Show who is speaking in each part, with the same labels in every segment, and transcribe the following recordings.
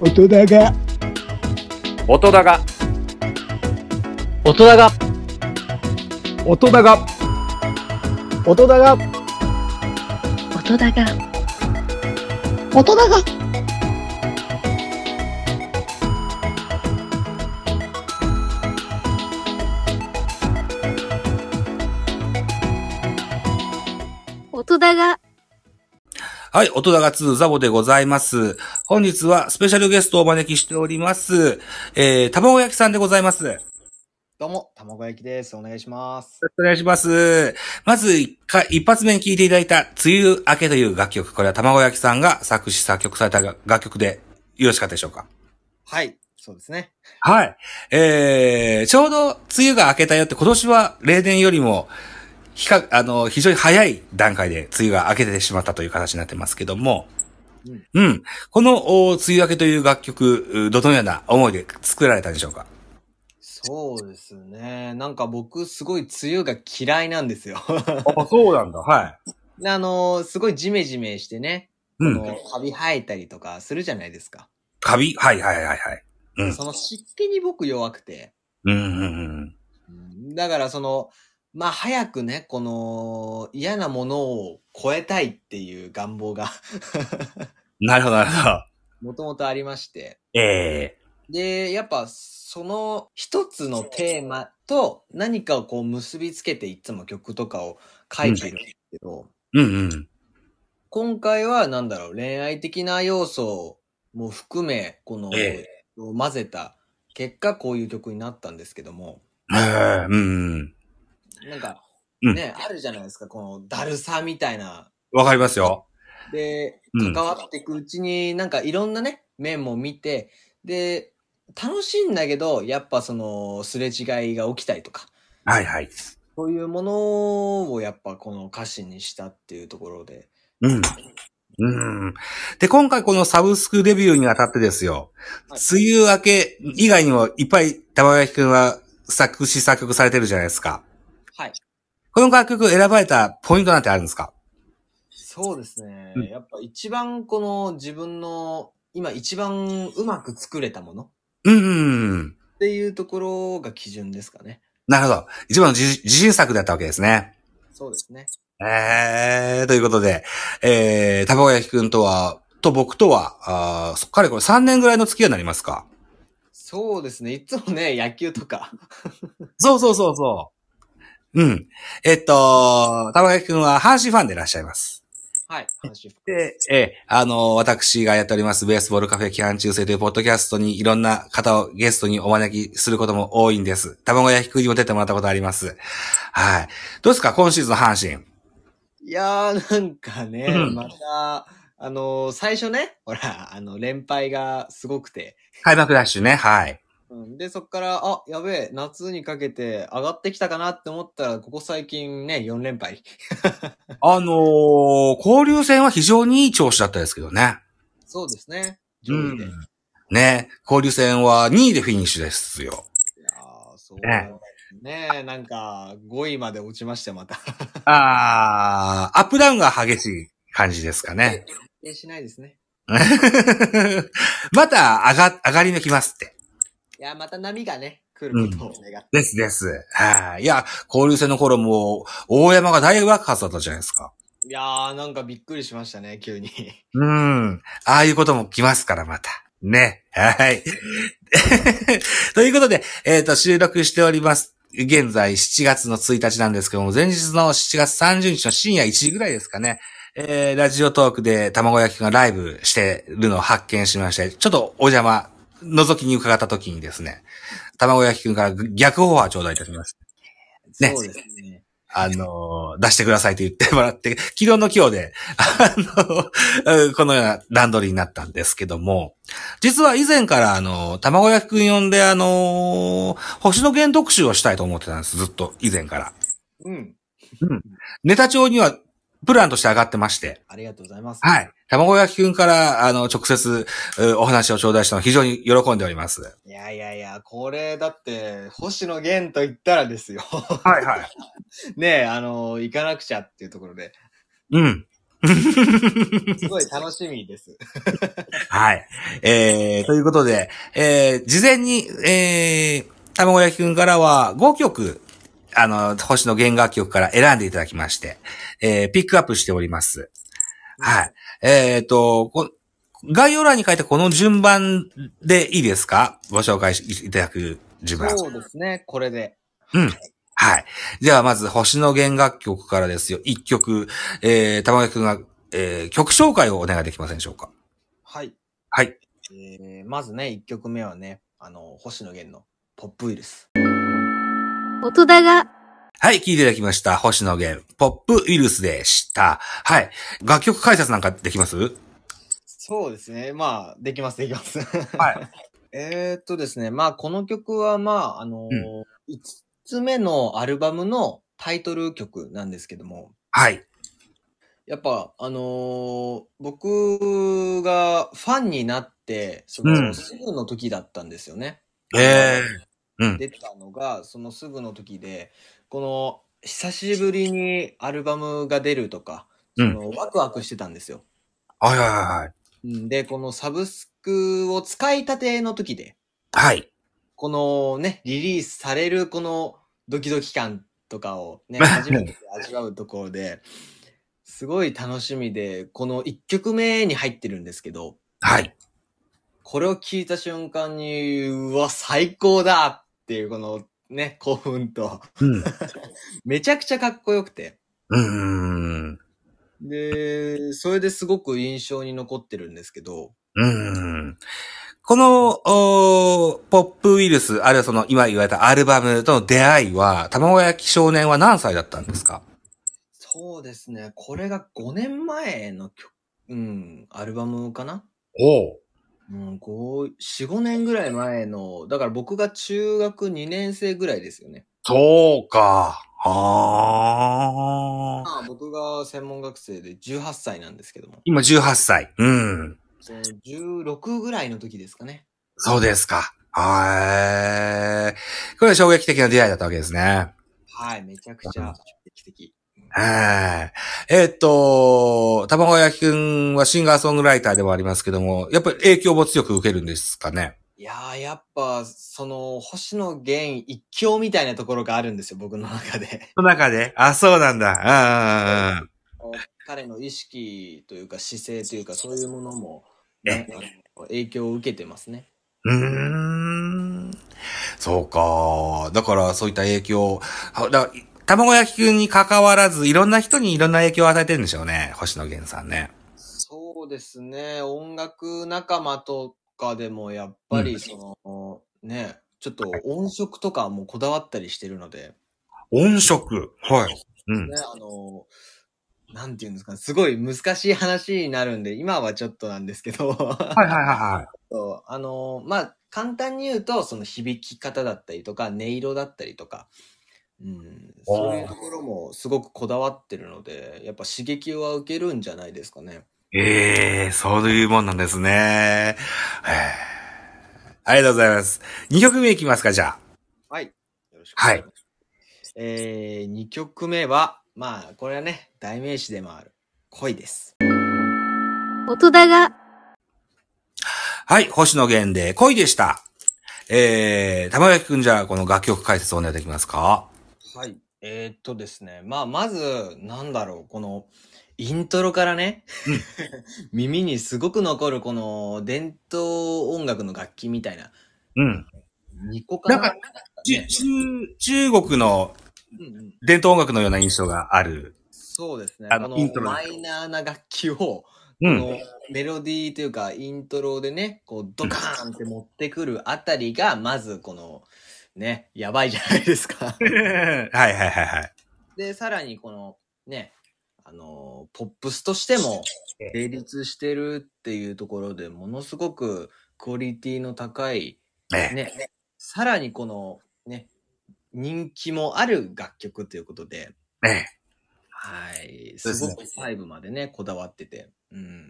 Speaker 1: 大人が
Speaker 2: 音だが
Speaker 3: 大人が
Speaker 4: 音だが
Speaker 5: 音だが
Speaker 6: 音だが
Speaker 7: 大人が
Speaker 6: 音だが
Speaker 8: はい、音だが2ザボでございます。本日はスペシャルゲストをお招きしております。えー、卵焼きさんでございます。よろし
Speaker 5: どうも、卵焼きです。お願いします。
Speaker 8: くお願いします。まず一回、一発目に聴いていただいた、梅雨明けという楽曲。これは卵焼きさんが作詞作曲された楽曲でよろしかったでしょうか
Speaker 5: はい、そうですね。
Speaker 8: はい。えー、ちょうど梅雨が明けたよって、今年は例年よりも、比較、あの、非常に早い段階で梅雨が明けてしまったという形になってますけども、
Speaker 5: うん
Speaker 8: うん。この、お梅雨明けという楽曲、うどのような思いで作られたんでしょうか
Speaker 5: そうですね。なんか僕、すごい梅雨が嫌いなんですよ。
Speaker 8: あ、そうなんだ。はい。
Speaker 5: であのーすごいジメジメしてね、
Speaker 8: う
Speaker 5: あ
Speaker 8: ん。
Speaker 5: のカビ生えたりとかするじゃないですか。
Speaker 8: カビはいはいはいはい。うん
Speaker 5: その湿気に僕弱くて。
Speaker 8: うんうんうん。
Speaker 5: うんだからその、まあ早くね、この嫌なものを超えたいっていう願望が
Speaker 8: なるほどなるほど。
Speaker 5: もともとありまして。
Speaker 8: ええ
Speaker 5: で、やっぱその一つのテーマと何かをこう結びつけていつも曲とかを書いてるんですけど、
Speaker 8: うんうん。
Speaker 5: 今回はなんだろう、恋愛的な要素も含め、この、
Speaker 8: え
Speaker 5: 混ぜた結果こういう曲になったんですけども、
Speaker 8: ええうんうん。
Speaker 5: なんか
Speaker 8: うん
Speaker 5: ね、あるじゃないですか、このだるさみたいな。
Speaker 8: わかりますよ。
Speaker 5: で、
Speaker 8: うん
Speaker 5: 関わっていくうちに、なんかいろんなね、面も見て、で、楽しいんだけど、やっぱその、すれ違いが起きたりとか、
Speaker 8: はいはい。
Speaker 5: そういうものをやっぱこの歌詞にしたっていうところで、
Speaker 8: うん。うん。で、今回このサブスクレビューにあたってですよ。
Speaker 5: はい
Speaker 8: 梅雨明け以外にもいっぱい玉垣くんは作詞作曲されてるじゃないですか。
Speaker 5: はい。
Speaker 8: この楽曲選ばれたポイントなんてあるんですか
Speaker 5: そうですね
Speaker 8: うん。
Speaker 5: やっぱ一番この自分の、今一番うまく作れたもの
Speaker 8: うんうんうん。
Speaker 5: っていうところが基準ですかね。
Speaker 8: なるほど。一番の自自信作だったわけですね。
Speaker 5: そうですね。
Speaker 8: えー、ということで、えー、玉垣くんとは、と僕とは、あーそっかれこれ3年ぐらいの付き合いになりますか
Speaker 5: そうですね。いつもね、野球とか。
Speaker 8: そうそうそうそう。うん。えっと、玉垣くんは阪神ファンでいらっしゃいます。
Speaker 5: はい。話し
Speaker 8: で、ええ、あの、私がやっております、ベースボールカフェ期間中制というポッドキャストにいろんな方をゲストにお招きすることも多いんです。卵焼きくんにも出てもらったことあります。はい。どうですか今シーズンの阪神。
Speaker 5: いやー、なんかね、
Speaker 8: うん
Speaker 5: また、あのー最初ね、ほら、あの、連敗がすごくて。
Speaker 8: 開幕ダッシュね。 はい。
Speaker 5: うん、で、そっから、あ、やべえ、夏にかけて上がってきたかなって思ったら、ここ最近ね、4連敗。
Speaker 8: あのー交流戦は非常にいい調子だったですけどね。
Speaker 5: そうですね。上位で。
Speaker 8: う
Speaker 5: い
Speaker 8: んね。交流戦は2位でフィニッシュですよ。
Speaker 5: やー、そうなんですね。ねなんか、5位まで落ちまして、また。
Speaker 8: あー、アップダウンが激しい感じですかね。
Speaker 5: 否定しないですね。
Speaker 8: また上が、上がり抜きますって。
Speaker 5: いやー、また波がね、来ることを願って。
Speaker 8: ですです。はい。いや、交流戦の頃も、大山が大爆発だったじゃないですか。
Speaker 5: いやー、なんかびっくりしましたね、急に。
Speaker 8: うん。ああいうことも来ますから、また。ね。はい。 ということで、えっ、と、収録しております。現在7月の1日なんですけども、前日の7月30日の深夜1時ぐらいですかね。えー、ラジオトークで卵焼きがライブしてるのを発見しまして、ちょっとお邪魔、覗きに伺った時にですね、卵焼きくんから逆オファー頂戴いたしました。ね
Speaker 5: そうですね。
Speaker 8: あのー出してくださいと言ってもらって、 昨日の今日で、あのーこのような段取りになったんですけども、実は以前から、あのー卵焼きくん呼んで、あのー星野源特集をしたいと思ってたんです、ずっと以前から。
Speaker 5: うん。
Speaker 8: ネタ帳には、プランとして上がってまして、
Speaker 5: ありがとうございます。
Speaker 8: はい。卵焼きくんから、あの、直接、うお話を頂戴したの非常に喜んでおります。
Speaker 5: いやいやいや、これだって、星野源と言ったらですよ。
Speaker 8: はいはい。
Speaker 5: ねえ、あの、行かなくちゃっていうところで、
Speaker 8: うん。
Speaker 5: すごい楽しみです。
Speaker 8: はい。えー、ということで、えー、事前に、えー、卵焼きくんからは5曲、あの、星の弦楽曲から選んでいただきまして、えー、ピックアップしております。はい。えーと、こ概要欄に書いてこの順番でいいですかご紹介いただく順番。
Speaker 5: そうですね、これで。
Speaker 8: はい。では、まず、星の弦楽曲からですよ。一曲、えー、玉垣くんが、えー、曲紹介をお願いできませんでしょうか
Speaker 5: はい。
Speaker 8: はい。
Speaker 5: えー、まずね、1曲目はね、あの、星野源のポップウイルス。
Speaker 6: 音だが、
Speaker 8: はい、聴いていただきました。星野源、ポップウイルスでした。はい。楽曲解説なんかできますは
Speaker 5: そうですね、まあ、できます、できます。
Speaker 8: い。
Speaker 5: えーっとですね、まあ、この曲は、まあ、あのー、
Speaker 8: うん
Speaker 5: 5つ目のアルバムのタイトル曲なんですけども、
Speaker 8: はい。
Speaker 5: やっぱ、あのー僕がファンになって、そ
Speaker 8: うん
Speaker 5: の、すぐの時だったんですよね。
Speaker 8: えー。うん。
Speaker 5: 出たのが、そのすぐの時で、この、久しぶりにアルバムが出るとか、
Speaker 8: う
Speaker 5: そ
Speaker 8: ん
Speaker 5: のワクワクしてたんですよ。
Speaker 8: はいはいはいはい。
Speaker 5: うんで、このサブスクを使いたての時で、
Speaker 8: はい。
Speaker 5: このね、リリースされるこのドキドキ感とかを ね、初めて味わうところで、すごい楽しみで、この1曲目に入ってるんですけど、
Speaker 8: はい。
Speaker 5: これを聞いた瞬間に、うわ、最高だっていうこのね、興奮と、
Speaker 8: うん。う
Speaker 5: めちゃくちゃかっこよくて、
Speaker 8: ーん。
Speaker 5: で、それですごく印象に残ってるんですけど、
Speaker 8: うーん。この、おーポップウイルス、あるいはその、今言われたアルバムとの出会いは、卵焼き少年は何歳だったんですか
Speaker 5: そうですね、これが5年前の曲、うん、アルバムかな
Speaker 8: お
Speaker 5: うん、こう、4、5年ぐらい前の、だから僕が中学2年生ぐらいですよね。
Speaker 8: そうか。ああ。
Speaker 5: まあ、僕が専門学生で18歳なんですけども、
Speaker 8: 今18歳。うん。
Speaker 5: その16ぐらいの時ですかね。
Speaker 8: そうですか。はーい。これは衝撃的な出会いだったわけですね。
Speaker 5: はい、めちゃくちゃ劇的。
Speaker 8: はい。えーっと、卵焼きくんはシンガーソングライターでもありますけども、やっぱり影響も強く受けるんですかね。
Speaker 5: いやー、やっぱ、その、星野源一強みたいなところがあるんですよ、僕の中で。
Speaker 8: その中で、あ、そうなんだ。うん。
Speaker 5: 彼の意識というか姿勢というか、そういうものも、ね、あの影響を受けてますね。
Speaker 8: うーんそうか。だから、そういった影響、はだ卵焼きくんに関わらず、いろんな人にいろんな影響を与えてるんでしょうね。星野源さんね。
Speaker 5: そうですね。音楽仲間とかでもやっぱ
Speaker 8: うん
Speaker 5: りその、ね、ちょっと音色とかもこだわったりしてるので、
Speaker 8: 音色。はい。うん。
Speaker 5: ね、あの、なんていうんですかね、すごい難しい話になるんで、今はちょっとなんですけど、
Speaker 8: はいはいはいはい。
Speaker 5: そうあの、まあ、簡単に言うと、その響き方だったりとか、音色だったりとか、うん、そういうところもすごくこだわってるので、やっぱ刺激は受けるんじゃないですかね。
Speaker 8: ええそういうもんなんですね。ええありがとうございます。2曲目いきますか、じゃあ。
Speaker 5: はい。よろしくお願いします。えー、2曲目は、まあ、これはね、代名詞でもある、恋です。
Speaker 6: 音だが、
Speaker 8: はい、星野源で恋でした。ええ玉垣くんじゃあ、この楽曲解説をお願いできますか
Speaker 5: はい。えー、っとですね、まあ、まず、なんだろう、この、イントロからね、 耳にすごく残る、この、伝統音楽の楽器みたいな、
Speaker 8: うん。
Speaker 5: 2個かな
Speaker 8: なんかじ
Speaker 5: ね
Speaker 8: 中中国の
Speaker 5: うんうん
Speaker 8: 伝統音楽のような印象がある。
Speaker 5: そうですね。
Speaker 8: あ
Speaker 5: あ
Speaker 8: の
Speaker 5: の、
Speaker 8: イントロ
Speaker 5: マイナーな楽器を、
Speaker 8: う
Speaker 5: こ
Speaker 8: ん。。
Speaker 5: のメロディーというかイントロでね、こうドカーンって持ってくるあたりが、まずこの、ね、やばいじゃないですか
Speaker 8: はいはいはいはい。
Speaker 5: で、さらにこの、ね、あの、ポップスとしても成立してるっていうところでものすごくクオリティの高い、
Speaker 8: ね、
Speaker 5: ね、さらにこの、ね、人気もある楽曲ということで、
Speaker 8: ね。
Speaker 5: はい。
Speaker 8: そうですすね
Speaker 5: ごく細部までね、こだわってて。うん。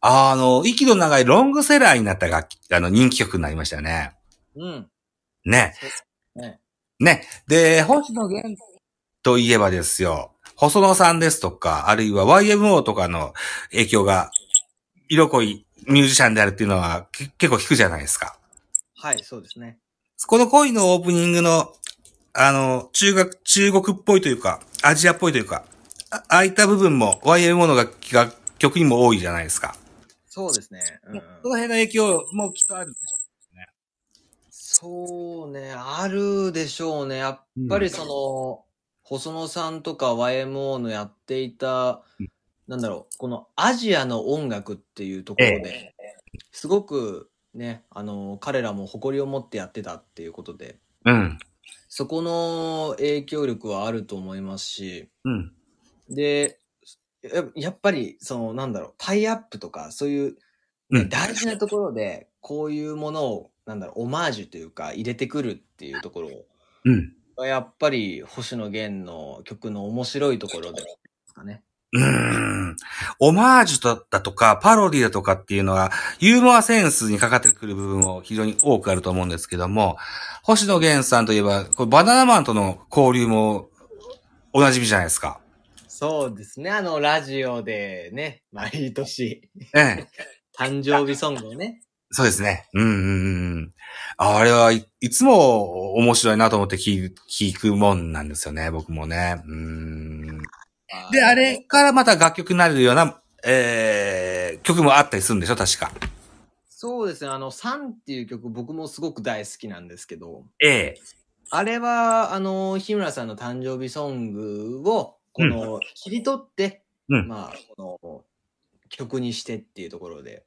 Speaker 8: あの、息の長いロングセラーになった楽器、あの、人気曲になりましたよね。
Speaker 5: うん。
Speaker 8: ね。
Speaker 5: ね。
Speaker 8: ね。で、星野源といえばですよ。細野さんですとか、あるいは YMO とかの影響が、色濃いミュージシャンであるっていうのはけ結構聞くじゃないですか。
Speaker 5: はい、そうですね。
Speaker 8: この恋のオープニングの、あの、中学、中国っぽいというか、アジアっぽいというか、あああいった部分も YMO の楽器が曲にも多いじゃないですか。
Speaker 5: そうですね。う
Speaker 8: そ
Speaker 5: ん、
Speaker 8: の辺の影響もきっとあるんでしょ
Speaker 5: そうね、あるでしょうね。やっぱりその、細野さんとか YMO のやっていた、なんだろう、このアジアの音楽っていうところで、すごくね、あの、彼らも誇りを持ってやってたっていうことで、
Speaker 8: う。うん。
Speaker 5: そこの影響力はあると思いますし、
Speaker 8: うん。
Speaker 5: で、ややっぱり、その、なんだろう、タイアップとか、そういう、
Speaker 8: うん
Speaker 5: 大事なところで、こういうものを、なんだろう、オマージュというか、入れてくるっていうところ
Speaker 8: うん。
Speaker 5: が、やっぱり、星野源の曲の面白いところで、すかね。
Speaker 8: うーん。オマージュだったとか、パロディだとかっていうのは、ユーモアセンスにかかってくる部分も非常に多くあると思うんですけども、星野源さんといえば、これバナナマンとの交流もお馴染みじゃないですか。
Speaker 5: そうですね、あの、ラジオでね、毎年、
Speaker 8: ええ。
Speaker 5: 誕生日ソングをね。
Speaker 8: そうですね。うんうんうんうん。あれはい、いつも面白いなと思って聞聞くもんなんですよね、僕もね。うん。で、あれからまた楽曲になるような、えー、曲もあったりするんでしょ、確か。
Speaker 5: そうですね、あの、サンっていう曲、僕もすごく大好きなんですけど、
Speaker 8: ええ。
Speaker 5: あれは、あの、日村さんの誕生日ソングを、この、切り取って、
Speaker 8: うん
Speaker 5: まあ、この、曲にしてっていうところで。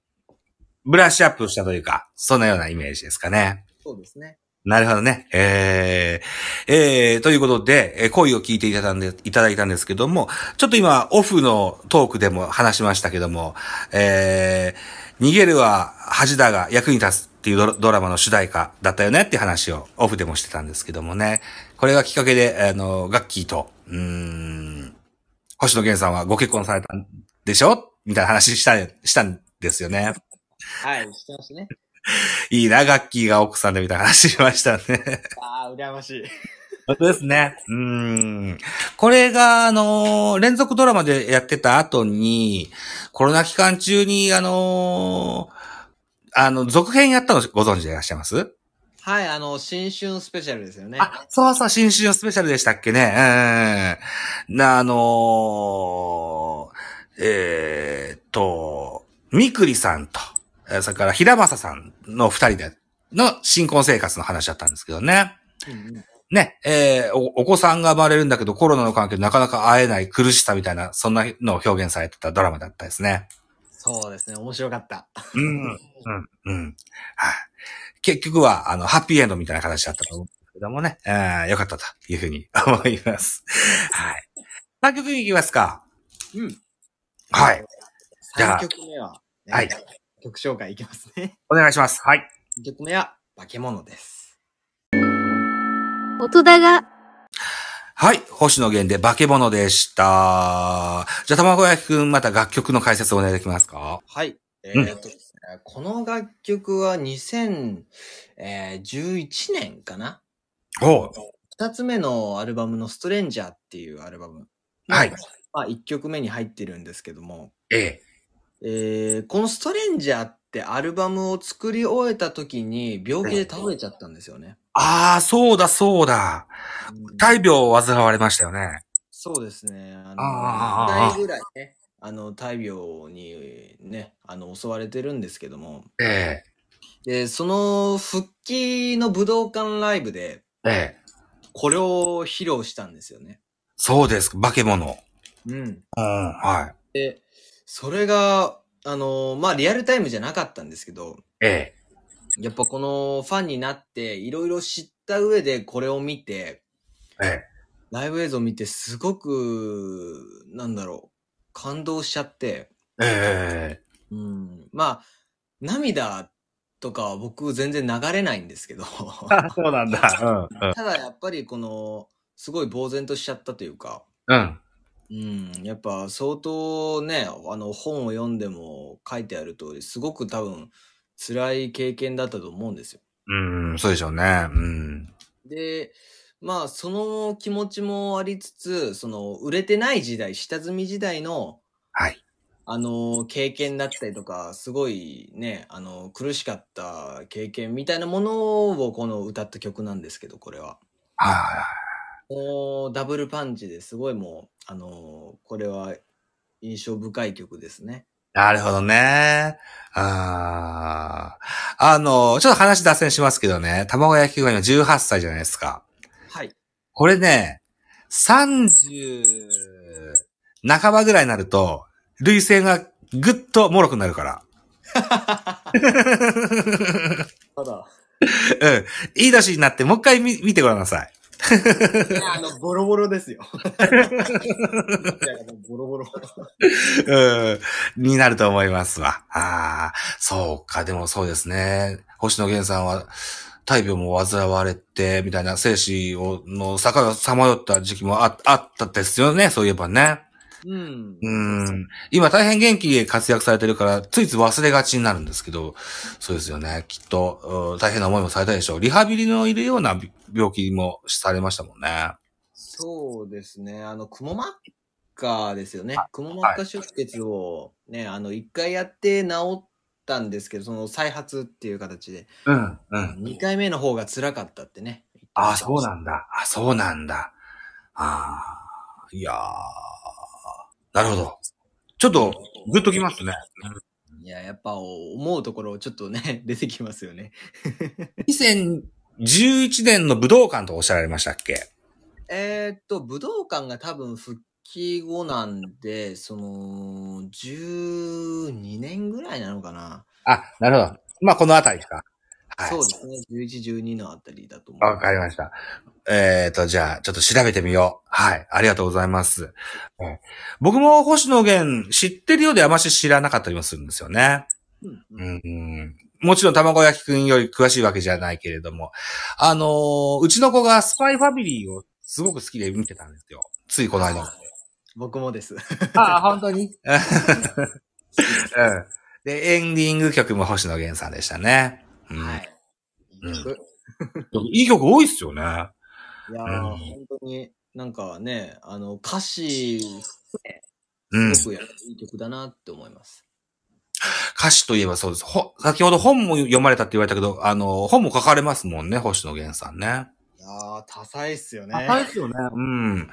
Speaker 8: ブラッシュアップしたというか、そんなようなイメージですかね。
Speaker 5: そうですね。
Speaker 8: なるほどね。えー、えー、ということで、えー恋を聞いていただんで、いただいたんですけども、ちょっと今、オフのトークでも話しましたけども、えー、逃げるは恥だが役に立つっていうドラドラマの主題歌だったよねって話をオフでもしてたんですけどもね、これがきっかけで、あの、ガッキーと、うーん、星野源さんはご結婚されたんでしょみたいな話した、したんですよね。
Speaker 5: はい、してますね。
Speaker 8: いいな、ガッキーが奥さんでみたいな話しましたね。
Speaker 5: ああ、羨ましい。
Speaker 8: 本当ですね。うーん。これが、あのー連続ドラマでやってた後に、コロナ期間中に、あのーあの、続編やったのご存知でいらっしゃいます
Speaker 5: はい、あの、新春スペシャルですよね。
Speaker 8: あ、そうそう、新春スペシャルでしたっけね。うん。な、あのーえーっと、みくりさんと、えーそれから平正さんの二人で、の新婚生活の話だったんですけどね。
Speaker 5: うんうん
Speaker 8: ね、えーお、お子さんが生まれるんだけど、コロナの関係でなかなか会えない苦しさみたいな、そんなのを表現されてたドラマだったですね。
Speaker 5: そうですね、面白かった。
Speaker 8: うん。うん。うん。はい。結局は、あの、ハッピーエンドみたいな形だったと思うんですけどもね、えーよかったというふうに思います。はい。3曲に行きますか。
Speaker 5: うん。
Speaker 8: はい。。じゃあ
Speaker 5: 3曲目は、ね
Speaker 8: はい。
Speaker 5: 曲紹介いきますね。
Speaker 8: お願いします。はい。
Speaker 5: 1曲目は、化け物です。
Speaker 6: 音だが、
Speaker 8: はい。星野源で化け物でした。じゃあ、玉子焼きくん、また楽曲の解説をお願いできますか
Speaker 5: はい。え
Speaker 8: うん
Speaker 5: ーっとですね、この楽曲は2011年かな
Speaker 8: おう。
Speaker 5: 二つ目のアルバムのストレンジャーっていうアルバム。
Speaker 8: はい。
Speaker 5: まあ一曲目に入ってるんですけども、
Speaker 8: ええ。
Speaker 5: えーこのストレンジャーってアルバムを作り終えた時に病気で倒れちゃったんですよね。
Speaker 8: ああ、そうだ、そうだ。
Speaker 5: うん
Speaker 8: 大病を患われましたよね。
Speaker 5: そうですね。あ
Speaker 8: あー
Speaker 5: の、1歳ぐらいね、あの、大病にね、あの、襲われてるんですけども、
Speaker 8: え
Speaker 5: で、その復帰の武道館ライブで、
Speaker 8: えええ。
Speaker 5: これを披露したんですよね。
Speaker 8: そうです。化け物。
Speaker 5: うん。
Speaker 8: うん、は
Speaker 5: それが、あのまあ、リアルタイムじゃなかったんですけど、
Speaker 8: い。え
Speaker 5: やっぱこのファンになって、いろいろ知った上でこれを見て、
Speaker 8: え。ええ。
Speaker 5: ライブ映像を見て、すごく、なんだろう、感動しちゃって、
Speaker 8: ええ。
Speaker 5: うん、まあ、涙とかは僕全然流れないんですけど、
Speaker 8: そうなんだ。うん。
Speaker 5: ただやっぱりこの、すごい呆然としちゃったというか、
Speaker 8: うん。
Speaker 5: うん、やっぱ相当ね、あの本を読んでも書いてある通り、すごく多分辛い経験だったと思うんですよ。
Speaker 8: うん、そうでしょうね。うん。
Speaker 5: で、まあその気持ちもありつつ、その売れてない時代、下積み時代の
Speaker 8: はい。
Speaker 5: あの、経験だったりとか、すごいね、あの、苦しかった経験みたいなものをこの歌った曲なんですけど、これは。
Speaker 8: はいはいはい。
Speaker 5: もうダブルパンチですごいもう、あの、これは印象深い曲ですね。
Speaker 8: なるほどね。あーあの、ちょっと話脱線しますけどね、卵焼きが今18歳じゃないですか。
Speaker 5: はい。
Speaker 8: これね、30半ばぐらいになると、類性がぐっと脆くなるから。
Speaker 5: た だ、
Speaker 8: うん。いい年になって、もう一回見見てごらんなさい。
Speaker 5: いやあの、ボロボロですよ。いやもうボロボロ。
Speaker 8: うん。になると思いますわ。ああ、そうか、でもそうですね。星野源さんは、大病も患われて、みたいな生死を、の坂がさまよった時期もああったですよね、そういえばね。
Speaker 5: うん。
Speaker 8: うん。今大変元気で活躍されてるから、ついつい忘れがちになるんですけど、そうですよね。きっと、うん大変な思いもされたでしょう。リハビリのいるような病病気もされましたもんね。
Speaker 5: そうですね。あの、くも膜下ですよね。くも膜下出血をね、あの、一回やって治ったんですけど、その再発っていう形で、
Speaker 8: うん、うん。
Speaker 5: 二回目の方が辛かったってね。
Speaker 8: ああ、そうなんだ。あそうなんだ。ああ、いやー。なるほど。ちょっと、グッときますね。
Speaker 5: いや、やっぱ思うところちょっとね、 出てきますよね。
Speaker 8: 2011年の武道館とおっしゃられましたっけ
Speaker 5: えーっと、武道館が多分復帰後なんで、その、12年ぐらいなのかな。
Speaker 8: あ、なるほど。まあ、このあたりですか。はい。
Speaker 5: そうですね。11、12のあたりだと思う。
Speaker 8: わかりました。えっ、と、じゃあ、ちょっと調べてみよう。はい。ありがとうございます。うん僕も星野源知ってるようであまし知らなかったりもするんですよね。
Speaker 5: うんうん
Speaker 8: うんうんもちろん卵焼きくんより詳しいわけじゃないけれども、あのーうちの子がスパイファミリーをすごく好きで見てたんですよ。ついこの間。
Speaker 5: 僕もです。
Speaker 8: ああ、本当にうん。で、エンディング曲も星野源さんでしたね。うん
Speaker 5: はい。
Speaker 8: うん
Speaker 5: いい曲
Speaker 8: いい曲多いっすよね。
Speaker 5: いやー、
Speaker 8: うん
Speaker 5: 本当になんかね、あの、歌詞、す
Speaker 8: うん。
Speaker 5: ごくやいい曲だなって思います。
Speaker 8: 歌詞といえばそうです。ほ、先ほど本も読まれたって言われたけど、あの、本も書かれますもんね、星野源さんね。
Speaker 5: いやー、多彩っすよね。
Speaker 8: ですよね。うん。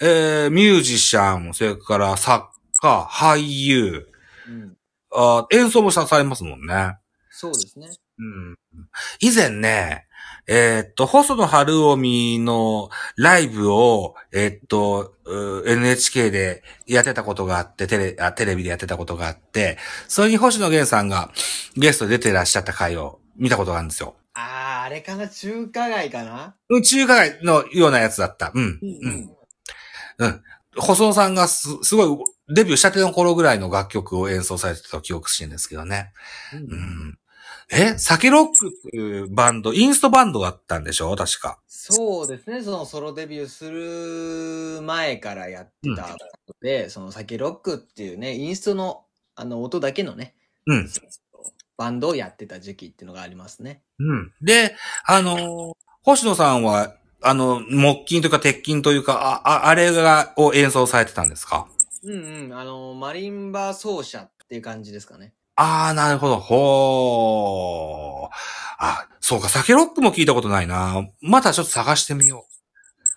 Speaker 8: えー、ミュージシャン、それから作家、俳優、
Speaker 5: うん、
Speaker 8: あ演奏もさされますもんね。
Speaker 5: そうですね。
Speaker 8: うん。以前ね、えーっと、細野晴臣のライブを、えーっと、う NHK でやってたことがあって、テレあ、テレビでやってたことがあって、それに星野源さんがゲストで出てらっしゃった回を見たことがあるんですよ。
Speaker 5: あー、あれかな中華街かな
Speaker 8: うん中華街のようなやつだった。うん。
Speaker 5: う
Speaker 8: うん。。細野さんがす、すごい、デビューしたての頃ぐらいの楽曲を演奏されてた記憶してるんですけどね。う
Speaker 5: うん
Speaker 8: ん。え、サケロックっていうバンド、インストバンドだったんでしょ確か。
Speaker 5: そうですね、そのソロデビューする前からやってたことで、その酒ロックっていうね、インストのあの音だけのね、
Speaker 8: うん。
Speaker 5: バンドをやってた時期っていうのがありますね。
Speaker 8: うん。で、あの、星野さんは、あの、木琴というか鉄琴というか、あ、ああれが、を演奏されてたんですか
Speaker 5: うんうん、あの、マリンバ奏者っていう感じですかね。
Speaker 8: ああ、なるほど。ほー。あ、そうか、サケロックも聞いたことないな。またちょっと探してみよ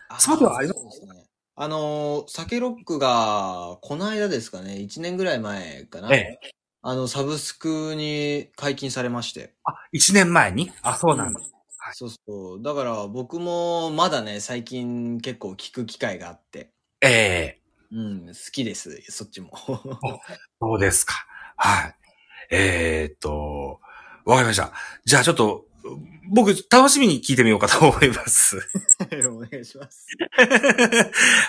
Speaker 5: あ
Speaker 8: そうではあります
Speaker 5: そうですね。あのー、酒ロックが、この間ですかね、1年ぐらい前かな。
Speaker 8: え
Speaker 5: あの、サブスクに解禁されまして。
Speaker 8: う。1年前にあ、そうなんだ。
Speaker 5: そうそう。だから僕もまだね、最近結構聞く機会があって。
Speaker 8: ええ
Speaker 5: うん、好きです。そっちも。
Speaker 8: そうですか。はい。えー、っと、わかりました。じゃあちょっと、僕、楽しみに聞いてみようかと思います。
Speaker 5: お願いします。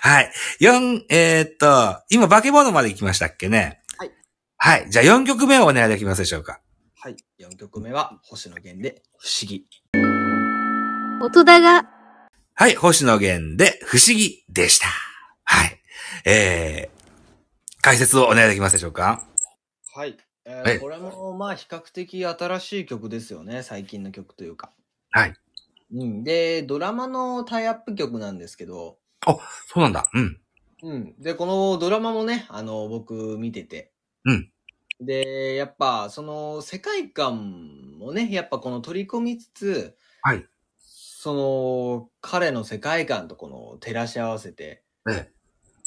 Speaker 8: はい。四えー、っと、今、化け物まで行きましたっけね
Speaker 5: はい。
Speaker 8: はい。じゃあ4曲目をお願いできますでしょうか。
Speaker 5: はい。4曲目は、星野源で、不思議。
Speaker 6: 音だが、
Speaker 8: はい。星野源で、不思議でした。はい。えー、解説をお願いできますでしょうか
Speaker 5: はい。え
Speaker 8: はい
Speaker 5: ー、これも、まあ、比較的新しい曲ですよね。最近の曲というか。
Speaker 8: はい。
Speaker 5: うん。で、ドラマのタイアップ曲なんですけど、
Speaker 8: そうなんだ。うん。
Speaker 5: うん。で、このドラマもね、あの、僕見てて、
Speaker 8: うん
Speaker 5: で、やっぱ、その世界観もね、やっぱこの取り込みつつ、
Speaker 8: はい
Speaker 5: その、彼の世界観とこの照らし合わせて、
Speaker 8: ええ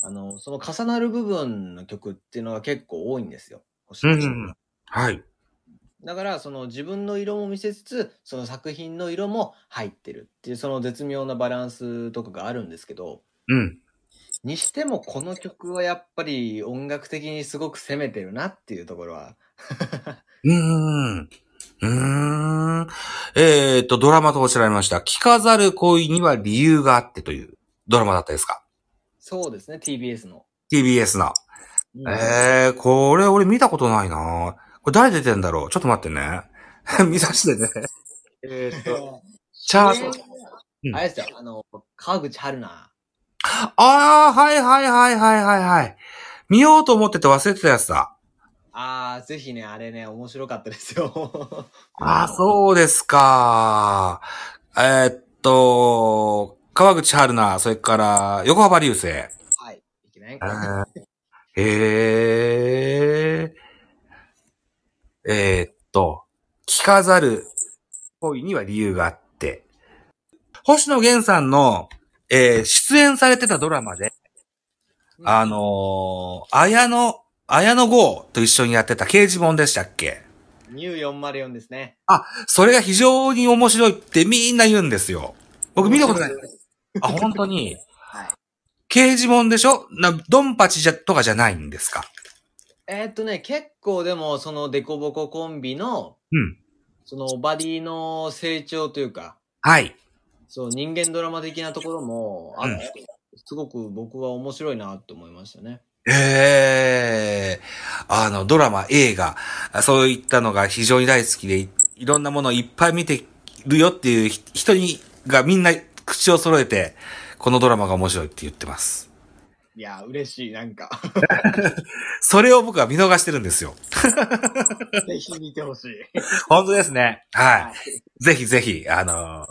Speaker 5: あの、その重なる部分の曲っていうのが結構多いんですよ。星
Speaker 8: うん
Speaker 5: 野
Speaker 8: うんうん
Speaker 5: さんが
Speaker 8: はい。
Speaker 5: だから、その自分の色も見せつつ、その作品の色も入ってるっていう、その絶妙なバランスとかがあるんですけど、
Speaker 8: うん。
Speaker 5: にしてもこの曲はやっぱり音楽的にすごく攻めてるなっていうところは、
Speaker 8: うーん。うーん。えっ、と、ドラマとおっしゃられました。着飾る恋には理由があってというドラマだったですか
Speaker 5: そうですね、TBS の。
Speaker 8: ?TBS の。
Speaker 5: うん
Speaker 8: ええー、これ俺見たことないなこれ誰出てんだろうちょっと待ってね。 見させてね。えっと、チャート。うん
Speaker 5: あれですよ、あの、川口春奈。
Speaker 8: ああ、はいはいはいはいはいはい。見ようと思ってて忘れてたやつだ。
Speaker 5: あー、ぜひね、あれね、面白かったですよ。
Speaker 8: ああ、そうですか。えーっと、川口春奈、それから横浜流星。え
Speaker 5: はい。いけない
Speaker 8: ーへえ。えーっと、着飾る恋には理由があって、星野源さんの、えー出演されてたドラマで、あのー、綾野、綾野剛と一緒にやってた刑事本でしたっけ
Speaker 5: ニュー404ですね。
Speaker 8: それが非常に面白いってみんな言うんですよ。僕見たことない。
Speaker 5: です。
Speaker 8: あ、本当に。
Speaker 5: はい
Speaker 8: 刑事本でしょな、ドンパチじゃ、とかじゃないんですか
Speaker 5: えーっとね、結構でも、そのデコボココンビの、
Speaker 8: うん
Speaker 5: そのバディの成長というか、
Speaker 8: はい。
Speaker 5: そう、人間ドラマ的なところもあって、すごく僕は面白いなって思いましたね。
Speaker 8: ええあの、ドラマ、映画、あそういったのが非常に大好きで、いいろんなものをいっぱい見てるよっていうひ人に、がみんな口を揃えて、このドラマが面白いって言ってます。
Speaker 5: いや、嬉しい、な んか。
Speaker 8: それを僕は見逃してるんですよ。
Speaker 5: ぜひ見てほしい。
Speaker 8: 本当ですね。はい。ぜひぜひ、あの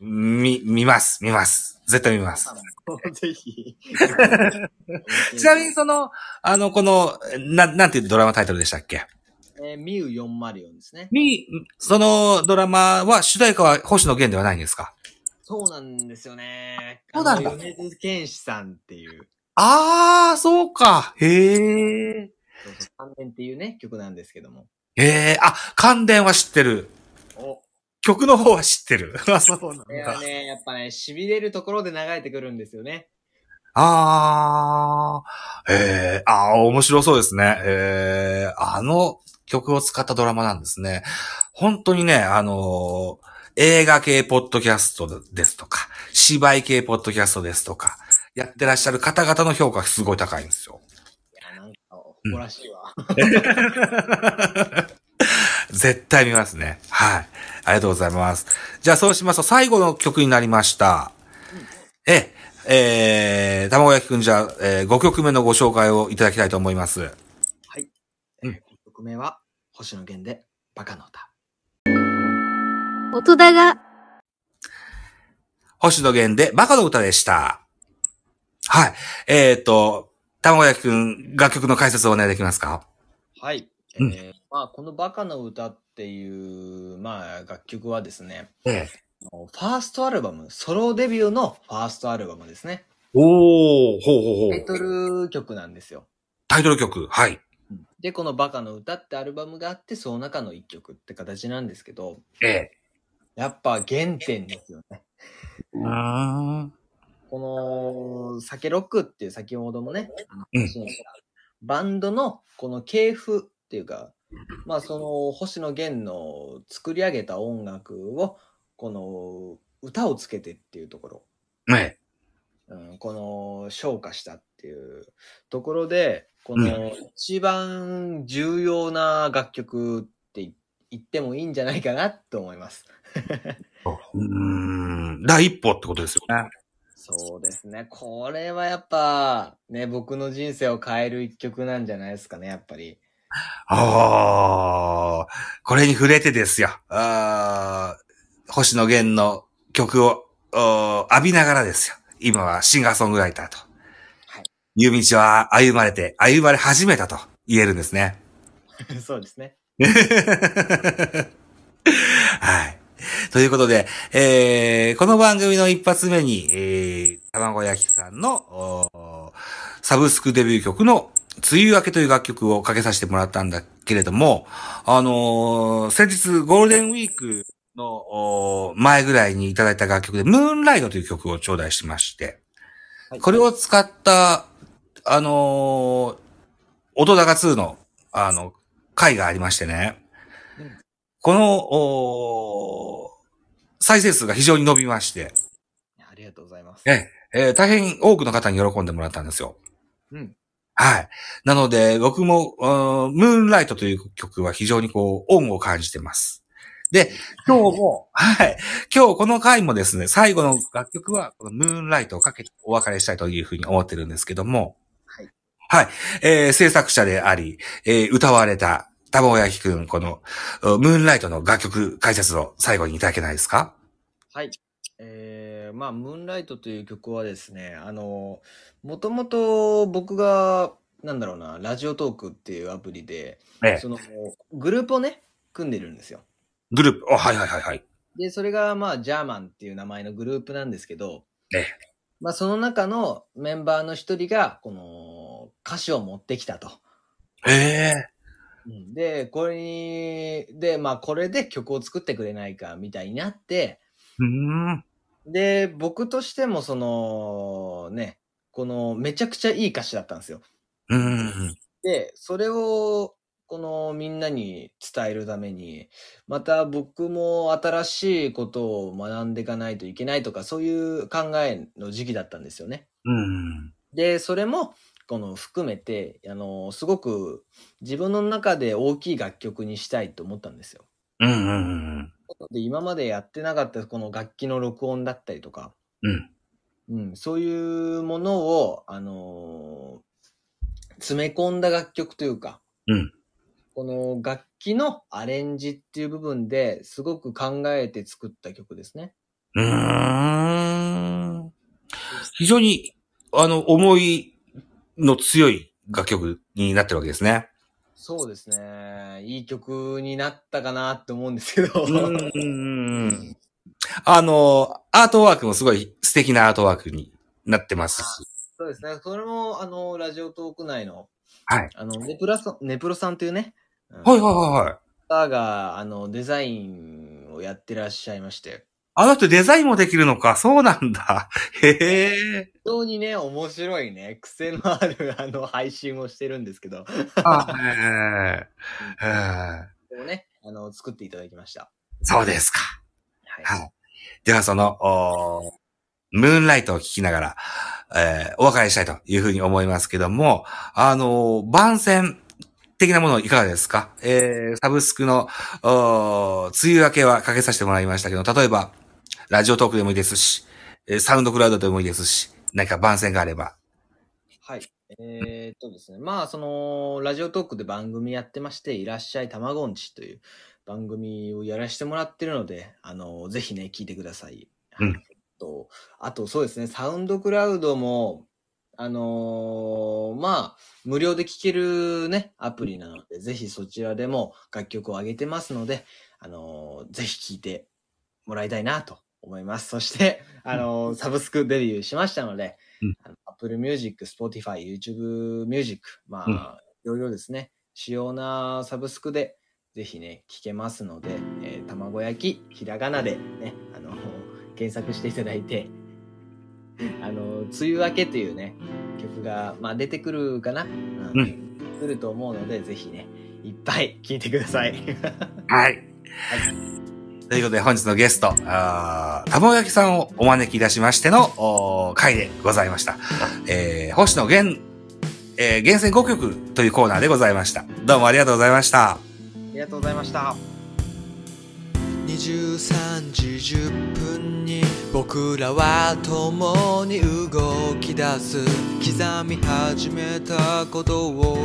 Speaker 8: ーみ、見ます、見ます。絶対見ます。
Speaker 5: ぜひ。
Speaker 8: ちなみにその、あの、この、な、なんていうドラマタイトルでしたっけ
Speaker 5: えー、ミウ404ですね。
Speaker 8: に、そのドラマは主題歌は星野源ではないんですか
Speaker 5: そうなんですよね。
Speaker 8: そうなんだ
Speaker 5: あの米津玄師さんっていう、
Speaker 8: あー、そうか。へー。
Speaker 5: そうそう関連っていうね、曲なんですけども。
Speaker 8: えー、あ、関電は知ってる。
Speaker 5: お、
Speaker 8: 曲の方は知ってる。あ、そうなんだ
Speaker 5: これはね、やっぱね、痺れるところで流れてくるんですよね。
Speaker 8: あー、えー、あー、面白そうですね。えー、あの曲を使ったドラマなんですね。本当にね、あのー映画系ポッドキャストですとか、芝居系ポッドキャストですとか、やってらっしゃる方々の評価がすごい高いんですよ。
Speaker 5: いや、なんか、誇らしいわ。
Speaker 8: 絶対見ますね。はい。ありがとうございます。じゃあそうしますと最後の曲になりました。え、えー、卵焼きくんじゃあ、え5曲目のご紹介をいただきたいと思います。うん
Speaker 5: えー曲名は、星野源で、バカの歌。
Speaker 6: 音だが、
Speaker 8: 星野源でバカの歌でした。はい。えっ、ー、と、卵焼きくん、楽曲の解説をお願いできますか
Speaker 5: はい。え
Speaker 8: うん
Speaker 5: ーまあ、このバカの歌っていう、まあ、楽曲はですね、
Speaker 8: ええ。
Speaker 5: あのファーストアルバム、ソロデビューのファーストアルバムですね。
Speaker 8: おー、ほうほ
Speaker 5: タ
Speaker 8: う
Speaker 5: イ
Speaker 8: ほ
Speaker 5: ト
Speaker 8: う。
Speaker 5: ル曲なんですよ。
Speaker 8: タイトル曲、はい。
Speaker 5: で、このバカの歌ってアルバムがあって、その中の一曲って形なんですけど、
Speaker 8: ええ。
Speaker 5: やっぱ原点ですよね。
Speaker 8: うーん。
Speaker 5: この、酒ロックっていう先ほどもね、あの
Speaker 8: うん
Speaker 5: 話にしたバンドのこの系譜っていうか、まあその星野源の作り上げた音楽を、この歌をつけてっていうところ。
Speaker 8: ええ。
Speaker 5: うん、この昇華したっていうところで、この一番重要な楽曲って言ってもいいんじゃないかなと思います。
Speaker 8: うーん。第一歩ってことですよね。
Speaker 5: そうですね。これはやっぱ、ね、僕の人生を変える一曲なんじゃないですかね、やっぱり。
Speaker 8: ああ、これに触れてですよ。あー星野源の曲をおー浴びながらですよ。今はシンガーソングライターと。
Speaker 5: はい
Speaker 8: いう道は歩まれて、歩まれ始めたと言えるんですね。
Speaker 5: そうですね。
Speaker 8: はい。ということで、えー、この番組の一発目に、えー、卵焼きさんの、おーサブスクデビュー曲の、梅雨明けという楽曲をかけさせてもらったんだけれども、あのー先日ゴールデンウィークの、おー前ぐらいにいただいた楽曲で、ムーンライドという曲を頂戴しまして、
Speaker 5: はい
Speaker 8: これを使った、あのー、音高2の、あの、回がありましてね。この、おー再生数が非常に伸びまして、
Speaker 5: ありがとうございます。
Speaker 8: えー大変多くの方に喜んでもらったんですよ。
Speaker 5: うん。
Speaker 8: はい。なので、僕も、うんムーンライトという曲は非常にこう、恩を感じてます。で、今日も、はい。今日この回もですね、最後の楽曲は、このムーンライトをかけてお別れしたいというふうに思ってるんですけども、
Speaker 5: はい。
Speaker 8: はい。えー制作者であり、えー歌われた、たぼやきくん、この、うんムーンライトの楽曲解説を最後にいただけないですか
Speaker 5: はい。えー、まあ、ムーンライトという曲はですね、あの、もともと僕が、なんだろうな、ラジオトークっていうアプリで、
Speaker 8: ええ
Speaker 5: その、グループをね、組んでるんですよ。
Speaker 8: グループ、おはいはいはいはい。
Speaker 5: で、それが、まあ、ジャーマンっていう名前のグループなんですけど、
Speaker 8: ええ
Speaker 5: まあ、その中のメンバーの一人が、この、歌詞を持ってきたと。
Speaker 8: ええ
Speaker 5: うんで、これに、で、まあ、これで曲を作ってくれないか、みたいになって、
Speaker 8: うーん。
Speaker 5: で、僕としても、その、ね、この、めちゃくちゃいい歌詞だったんですよ。
Speaker 8: うーん。
Speaker 5: で、それを、この、みんなに伝えるために、また僕も新しいことを学んでいかないといけないとか、そういう考えの時期だったんですよね。
Speaker 8: うん。
Speaker 5: で、それも、この、含めて、あの、すごく、自分の中で大きい楽曲にしたいと思ったんですよ。
Speaker 8: うんうん
Speaker 5: で、今までやってなかった、この楽器の録音だったりとか、
Speaker 8: うん。うん。
Speaker 5: うん、そういうものを、あのー詰め込んだ楽曲というか、
Speaker 8: うん
Speaker 5: この楽器のアレンジっていう部分ですごく考えて作った曲ですね。
Speaker 8: うーん。非常に、あの、思いの強い楽曲になってるわけですね。
Speaker 5: そうですね。いい曲になったかなって思うんですけど。
Speaker 8: ん。あの、アートワークもすごい素敵なアートワークになってますし。
Speaker 5: そうですね。それも、あの、ラジオトーク内の、
Speaker 8: はい。
Speaker 5: あの、ネプラさん、ネプロさんというね、うん
Speaker 8: はいはいはいはい。
Speaker 5: 方が、あの、デザインをやってらっしゃいまして、
Speaker 8: あの人デザインもできるのか。そうなんだ。へえ。
Speaker 5: 非常にね、面白いね、癖のあるあの配信をしてるんですけど、
Speaker 8: あへえ。へえ
Speaker 5: をね、あの、作っていただきました。
Speaker 8: そうですか。
Speaker 5: はい。
Speaker 8: はいではその、おームーンライトを聞きながら、えーお別れしたいというふうに思いますけども、あのー番宣的なものいかがですかえーサブスクの、おー梅雨明けはかけさせてもらいましたけど、例えば、ラジオトークでもいいですし、えーサウンドクラウドでもいいですし、何か番宣があれば。
Speaker 5: はい。えーっとですね、まあ、その、ラジオトークで番組やってまして、いらっしゃいたまごんちという番組をやらせてもらってるので、あの、ぜひね、聞いてください。
Speaker 8: うん
Speaker 5: はいと、あと、そうですね、サウンドクラウドも、あのーまあ、無料で聴けるね、アプリなので、ぜひそちらでも楽曲を上げてますので、あのーぜひ聴いてもらいたいなと思います。そして、あのーサブスクデビューしましたので、Apple Music、Spotify、YouTube Music、まあ、いろいろですね、主要なサブスクで、ぜひね、聞けますので、えー、卵焼き、ひらがなでね、あの、検索していただいて、 あの、梅雨明けというね、曲が、まあ、出てくるかな、うん
Speaker 8: う
Speaker 5: 来ると思うので、ぜひね、いっぱい聞いてください。
Speaker 8: はい。ということで本日のゲスト、あーたぼやきさんをお招きいたしましてのおー回でございました。えー、星野源、えー、厳選5曲というコーナーでございました。どうもありがとうございました。
Speaker 5: ありがとうございました。
Speaker 1: 23時10分に僕らは共に動き出す刻み始めたことを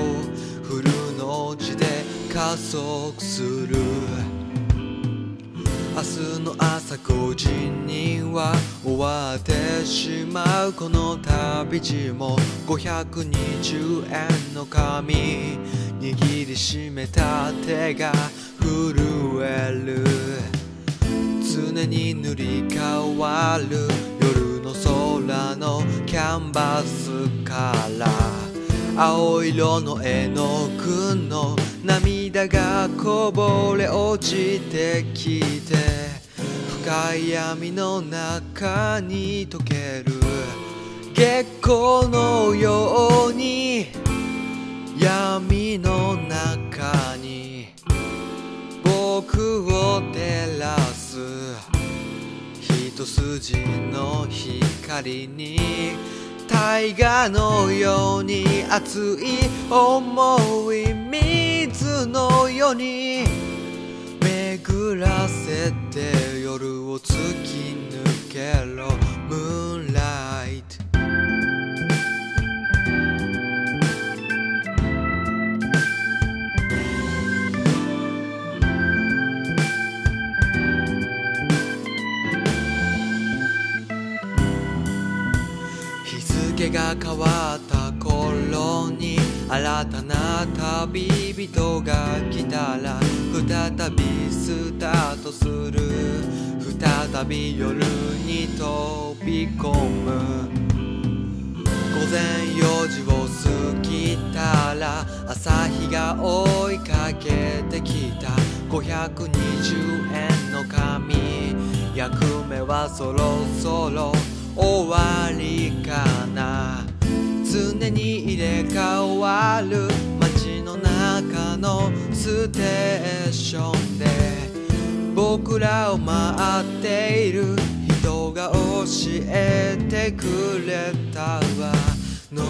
Speaker 1: フルの字で加速する明日の朝5時には終わってしまうこの旅路も520円の紙に握りしめた手が震える常に塗り替わる夜の空のキャンバスから青色の絵の具の涙がこぼれ落ちてきて深い闇の中に溶ける月光のように闇の中に僕を照らす一筋の光に大河のように熱い思い水のように巡らせて夜を突き抜けろムーンライト日付が変わった頃に新たな旅人が来たら再びスタートする再び夜に飛び込む午前4時を過ぎたら朝日が追いかけてきた520円の紙役目はそろそろ終わりかな常に入れ替わる街の中のステーションで僕らを待っている人が教えてくれたわ No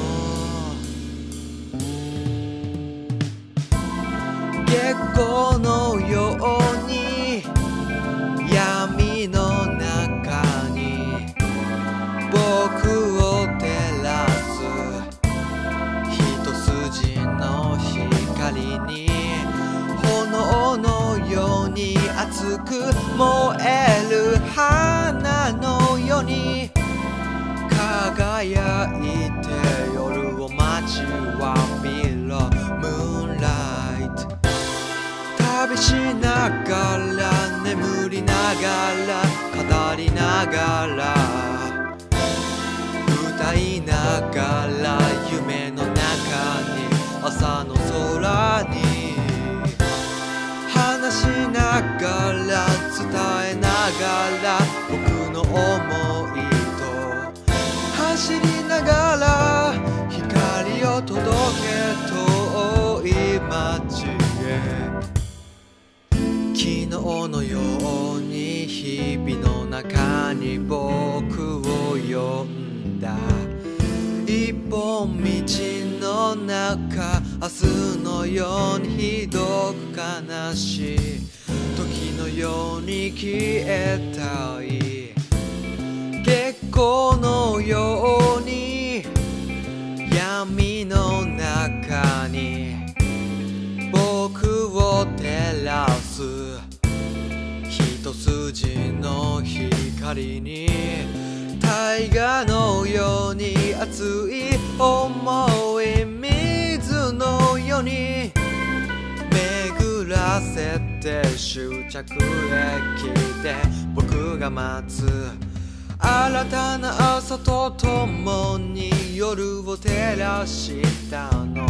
Speaker 1: 月光のように闇の中に僕を照らす一筋の光に炎のように熱く燃える花のように輝いて夜を待ちわびろムーンライト旅しながら眠りながら語りながら歌いながら夢の中に朝の空に話しながら伝えながら僕の思いと走りながら光を届け遠い街へ昨日のように日々の中に僕を呼んだ一本道の中明日のようにひどく悲しい時のように消えたい月光のように闇の中に僕を照らす一筋の光に大河のように熱い思い水のように巡らせて終着駅で僕が待つ新たな朝と共に夜を照らしたの